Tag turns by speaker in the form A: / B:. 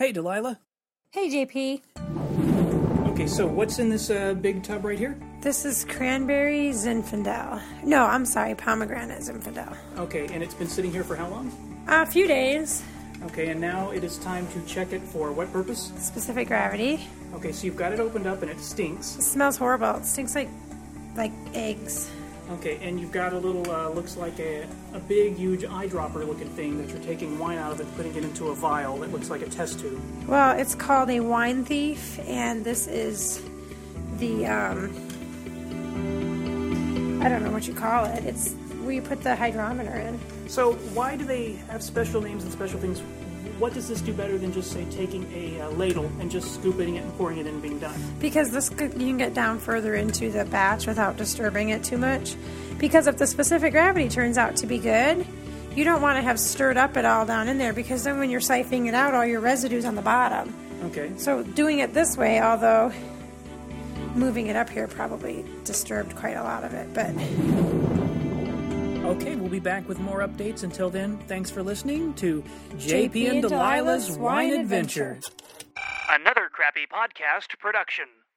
A: Hey, Delilah.
B: Hey, JP.
A: Okay, so what's in this uh, big tub right here?
B: This is cranberry Zinfandel. No, I'm sorry, pomegranate Zinfandel.
A: Okay, and it's been sitting here for how long?
B: A few days.
A: Okay, and now it is time to check it for what purpose?
B: Specific gravity.
A: Okay, so you've got it opened up and it stinks.
B: It smells horrible. It stinks like like eggs.
A: Okay, and you've got a little, uh, looks like a, a big, huge eyedropper looking thing that you're taking wine out of and putting it into a vial that looks like a test tube.
B: Well, it's called a wine thief, and this is the um, I don't know what you call it. It's where you put the hydrometer in.
A: So, why do they have special names and special things? What does this do better than just, say, taking a uh, ladle and just scooping it and pouring it in and being done?
B: because this could, you can get down further into the batch without disturbing it too much. Because if the specific gravity turns out to be good, you don't want to have stirred up it all down in there because then when you're siphoning it out, all your residue's on the bottom.
A: Okay.
B: So doing it this way, although moving it up here probably disturbed quite a lot of it, but
A: Okay, we'll be back with more updates. Until then, thanks for listening to
B: JP and Delilah's Wine Adventure.
C: Another crappy podcast production.